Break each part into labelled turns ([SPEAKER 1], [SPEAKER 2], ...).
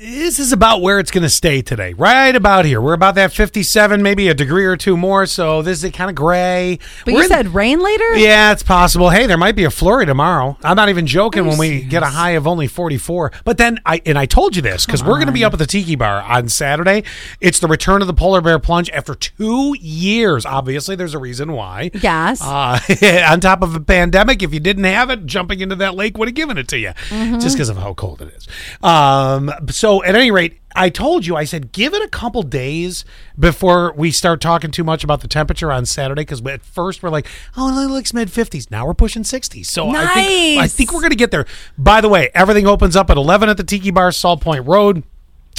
[SPEAKER 1] this is about where it's going to stay today, right about here. We're about that 57, maybe a degree or two more. So this is kind of gray.
[SPEAKER 2] But
[SPEAKER 1] We're
[SPEAKER 2] you
[SPEAKER 1] in-
[SPEAKER 2] said rain later?
[SPEAKER 1] yeah, it's possible. Hey, there might be a flurry tomorrow. I'm not even joking
[SPEAKER 2] Are you
[SPEAKER 1] when we get a high of only 44. But then I and I told you this because we're going to be up at the Tiki Bar on Saturday. It's the return of the polar bear plunge after two years. Obviously, there's a reason why.
[SPEAKER 2] Yes.
[SPEAKER 1] Uh, on top of a pandemic, if you didn't have it, jumping into that lake would have given it to you
[SPEAKER 2] Mm-hmm.
[SPEAKER 1] just because of how cold it is. Um, so, at any rate, I told you, I said, give it a couple days before we start talking too much about the temperature on Saturday because at first we're like, oh, it looks mid 50s. Now we're pushing 60s. So, I, think, I
[SPEAKER 2] Nice.
[SPEAKER 1] think we're going to get there. By the way, everything opens up at 11 at the Tiki Bar, Salt Point Road.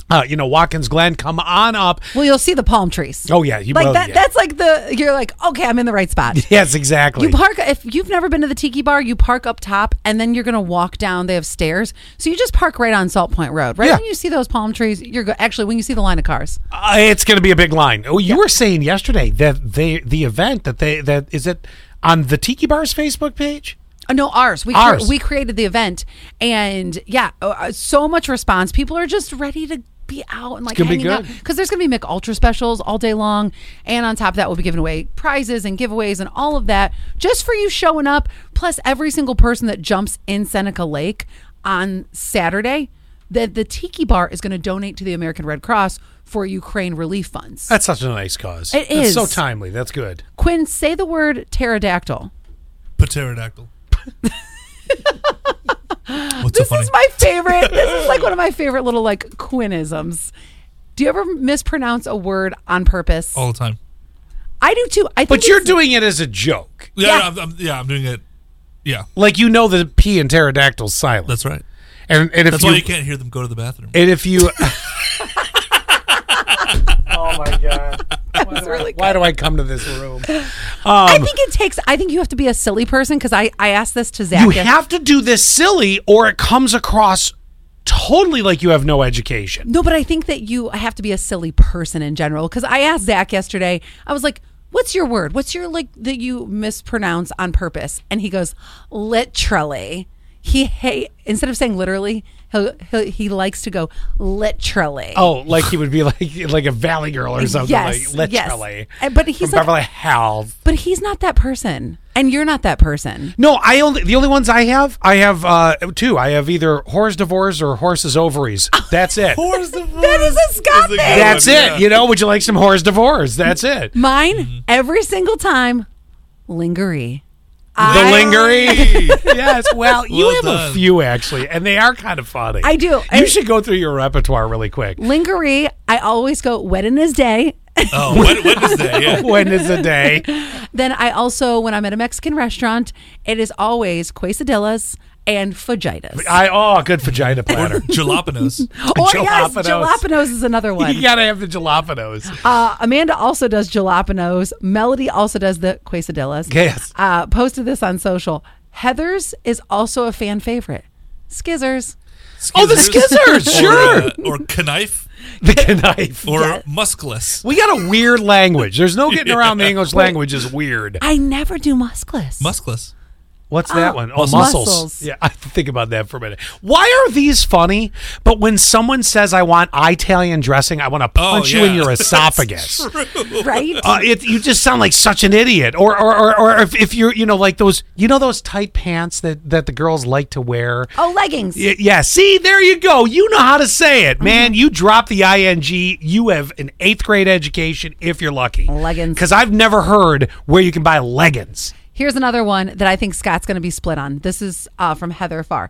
[SPEAKER 1] Uh, you know, Watkins Glen, come on up.
[SPEAKER 2] Well, you'll see the palm trees.
[SPEAKER 1] Oh, yeah. You,
[SPEAKER 2] like
[SPEAKER 1] well,
[SPEAKER 2] that
[SPEAKER 1] yeah.
[SPEAKER 2] that's like the you're like, okay, I'm in the right spot.
[SPEAKER 1] Yes, exactly.
[SPEAKER 2] You park if you've never been to the Tiki Bar, you park up top and then you're going to walk down. They have stairs. So you just park right on Salt Point Road. Right
[SPEAKER 1] Yeah.
[SPEAKER 2] when you see those palm trees, you're go- actually when you see the line of cars.
[SPEAKER 1] Uh, it's going to be a big line. Oh, you were saying yesterday that they the event that they that is it on the Tiki Bar's Facebook page.
[SPEAKER 2] Uh, No, ours. We cre-
[SPEAKER 1] Ours.
[SPEAKER 2] we created the event, and yeah, uh, uh, so much response. People are just ready to be out and like
[SPEAKER 1] gonna be
[SPEAKER 2] hanging out
[SPEAKER 1] good.
[SPEAKER 2] because there's going to be Mick Ultra specials all day long, and on top of that, we'll be giving away prizes and giveaways and all of that just for you showing up. Plus, every single person that jumps in Seneca Lake on Saturday, the the Tiki Bar is going to donate to the American Red Cross for Ukraine relief funds.
[SPEAKER 1] That's such a nice cause.
[SPEAKER 2] It
[SPEAKER 1] That's
[SPEAKER 2] is.
[SPEAKER 1] so timely. That's good.
[SPEAKER 2] Quinn, say the word pterodactyl.
[SPEAKER 3] Pterodactyl. What's so
[SPEAKER 2] This
[SPEAKER 3] funny?
[SPEAKER 2] is my favorite. This is like one of my favorite little like Quinnisms. Do you ever mispronounce a word on purpose?
[SPEAKER 3] All the time.
[SPEAKER 2] I do too. I think
[SPEAKER 1] Oh. But you're
[SPEAKER 2] it's-
[SPEAKER 1] doing it as a joke.
[SPEAKER 3] Yeah,
[SPEAKER 2] Yeah.
[SPEAKER 3] yeah. I'm, I'm, yeah, I'm doing it. Yeah,
[SPEAKER 1] Like you know the P in pterodactyl silent.
[SPEAKER 3] that's right.
[SPEAKER 1] and and if
[SPEAKER 3] That's
[SPEAKER 1] you,
[SPEAKER 3] why you can't hear them go to the bathroom.
[SPEAKER 1] and if you
[SPEAKER 4] Oh my god.
[SPEAKER 2] it's really
[SPEAKER 1] why do I come to this room?
[SPEAKER 2] I
[SPEAKER 1] Um,
[SPEAKER 2] think it takes. I think you have to be a silly person because I I asked this to Zach.
[SPEAKER 1] You
[SPEAKER 2] yes-
[SPEAKER 1] have to do this silly, or it comes across totally like you have no education.
[SPEAKER 2] no, but I think that you have to be a silly person in general because I asked Zach yesterday. I was like. What's your word? What's your like that you mispronounce on purpose? And he goes, literally. He hate instead of saying literally, he he he likes to go literally.
[SPEAKER 1] Oh, like he would be like like a valley girl or something.
[SPEAKER 2] Yes,
[SPEAKER 1] like,
[SPEAKER 2] yes.
[SPEAKER 1] literally.
[SPEAKER 2] And- but he's
[SPEAKER 1] from
[SPEAKER 2] like-
[SPEAKER 1] Beverly Hills.
[SPEAKER 2] But he's not that person, and you're not that person.
[SPEAKER 1] No, I only the only ones I have. I have uh two. I have either horse divorce or horse's ovaries. That's it.
[SPEAKER 2] Oh,
[SPEAKER 3] Where's the
[SPEAKER 2] That is a Scott thing.
[SPEAKER 1] That's it. You know, would you like some horse divorce? That's it. The
[SPEAKER 2] Mine every single time, lingerie. I,
[SPEAKER 1] lingery. yes. Well, you
[SPEAKER 3] Well
[SPEAKER 1] have a
[SPEAKER 3] done.
[SPEAKER 1] few actually, and they are kind of funny.
[SPEAKER 2] I do.
[SPEAKER 1] You
[SPEAKER 2] I-
[SPEAKER 1] should go through your repertoire really quick.
[SPEAKER 2] Lingerie. I always go wet in his day.
[SPEAKER 3] Oh, Wed- Wednesday. Yeah.
[SPEAKER 1] when is the day?
[SPEAKER 2] then I also, when I'm at a Mexican restaurant, it is always quesadillas and fajitas.
[SPEAKER 1] I oh, good vagina platter.
[SPEAKER 3] Jalapenos.
[SPEAKER 2] or yes,
[SPEAKER 1] jalapenos.
[SPEAKER 2] jalapenos is another
[SPEAKER 1] you
[SPEAKER 2] one.
[SPEAKER 1] gotta have the jalapenos.
[SPEAKER 2] Uh, Amanda also does jalapenos. Melody also does the quesadillas.
[SPEAKER 1] Yes.
[SPEAKER 2] Uh, posted this on social. Heather's is also a fan favorite. Skizzers.
[SPEAKER 1] Oh, the skizzers, sure.
[SPEAKER 3] Or, uh, or knife.
[SPEAKER 1] the knife.
[SPEAKER 3] Or muskless.
[SPEAKER 1] We got a weird language. There's no getting around the English language is weird.
[SPEAKER 2] I never do muskless.
[SPEAKER 3] Muskless.
[SPEAKER 1] What's that one? Oh,
[SPEAKER 2] muscles.
[SPEAKER 1] muscles.
[SPEAKER 2] Muscles.
[SPEAKER 1] Yeah, I have to think about that for a minute. Why are these funny? But when someone says, "I want Italian dressing," I want to punch you in
[SPEAKER 3] Oh, yeah.
[SPEAKER 1] your
[SPEAKER 3] That's
[SPEAKER 1] esophagus.
[SPEAKER 2] right?
[SPEAKER 1] Uh, it, you just sound like such an idiot. Or, or, or, or if, if you're, you know, like those, you know, those tight pants that that the girls like to wear.
[SPEAKER 2] oh, leggings.
[SPEAKER 1] Y- Yeah, see, there you go. You know how to say
[SPEAKER 2] Mm-hmm.
[SPEAKER 1] it, man. You drop the ing. You have an eighth grade education if you're lucky.
[SPEAKER 2] Leggings.
[SPEAKER 1] Because I've never heard where you can buy leggings.
[SPEAKER 2] Here's another one that I think Scott's going to be split on. This is uh, from Heather Farr.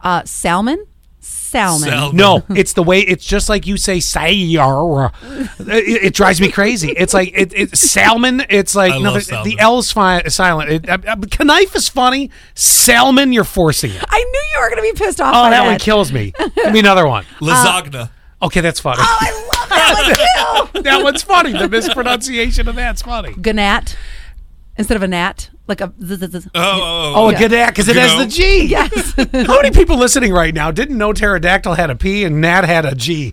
[SPEAKER 2] Uh, salmon? Salmon.
[SPEAKER 3] Salmon.
[SPEAKER 1] No, it's the way. It's just like you say sayara. It, it drives me crazy. It's like it, it salmon. It's like
[SPEAKER 3] I
[SPEAKER 1] no,
[SPEAKER 3] love
[SPEAKER 1] the,
[SPEAKER 3] salmon.
[SPEAKER 1] the L's fi- silent. It, uh, uh, knife is funny. Salmon, you're forcing it.
[SPEAKER 2] I knew you were going to be pissed off.
[SPEAKER 1] Oh,
[SPEAKER 2] by
[SPEAKER 1] that one kills me. Give me another one.
[SPEAKER 3] Lasagna.
[SPEAKER 1] Okay, that's funny.
[SPEAKER 2] Oh, I love that one too.
[SPEAKER 1] that one's funny. The mispronunciation of that's funny.
[SPEAKER 2] Gnat instead of a gnat, like a. Z- z- z-
[SPEAKER 3] oh, oh,
[SPEAKER 1] Oh,
[SPEAKER 3] oh.
[SPEAKER 1] a good because it
[SPEAKER 3] You
[SPEAKER 1] has
[SPEAKER 3] know?
[SPEAKER 1] the G.
[SPEAKER 2] Yes.
[SPEAKER 1] How many people listening right now didn't know pterodactyl had a P and Nat had a G?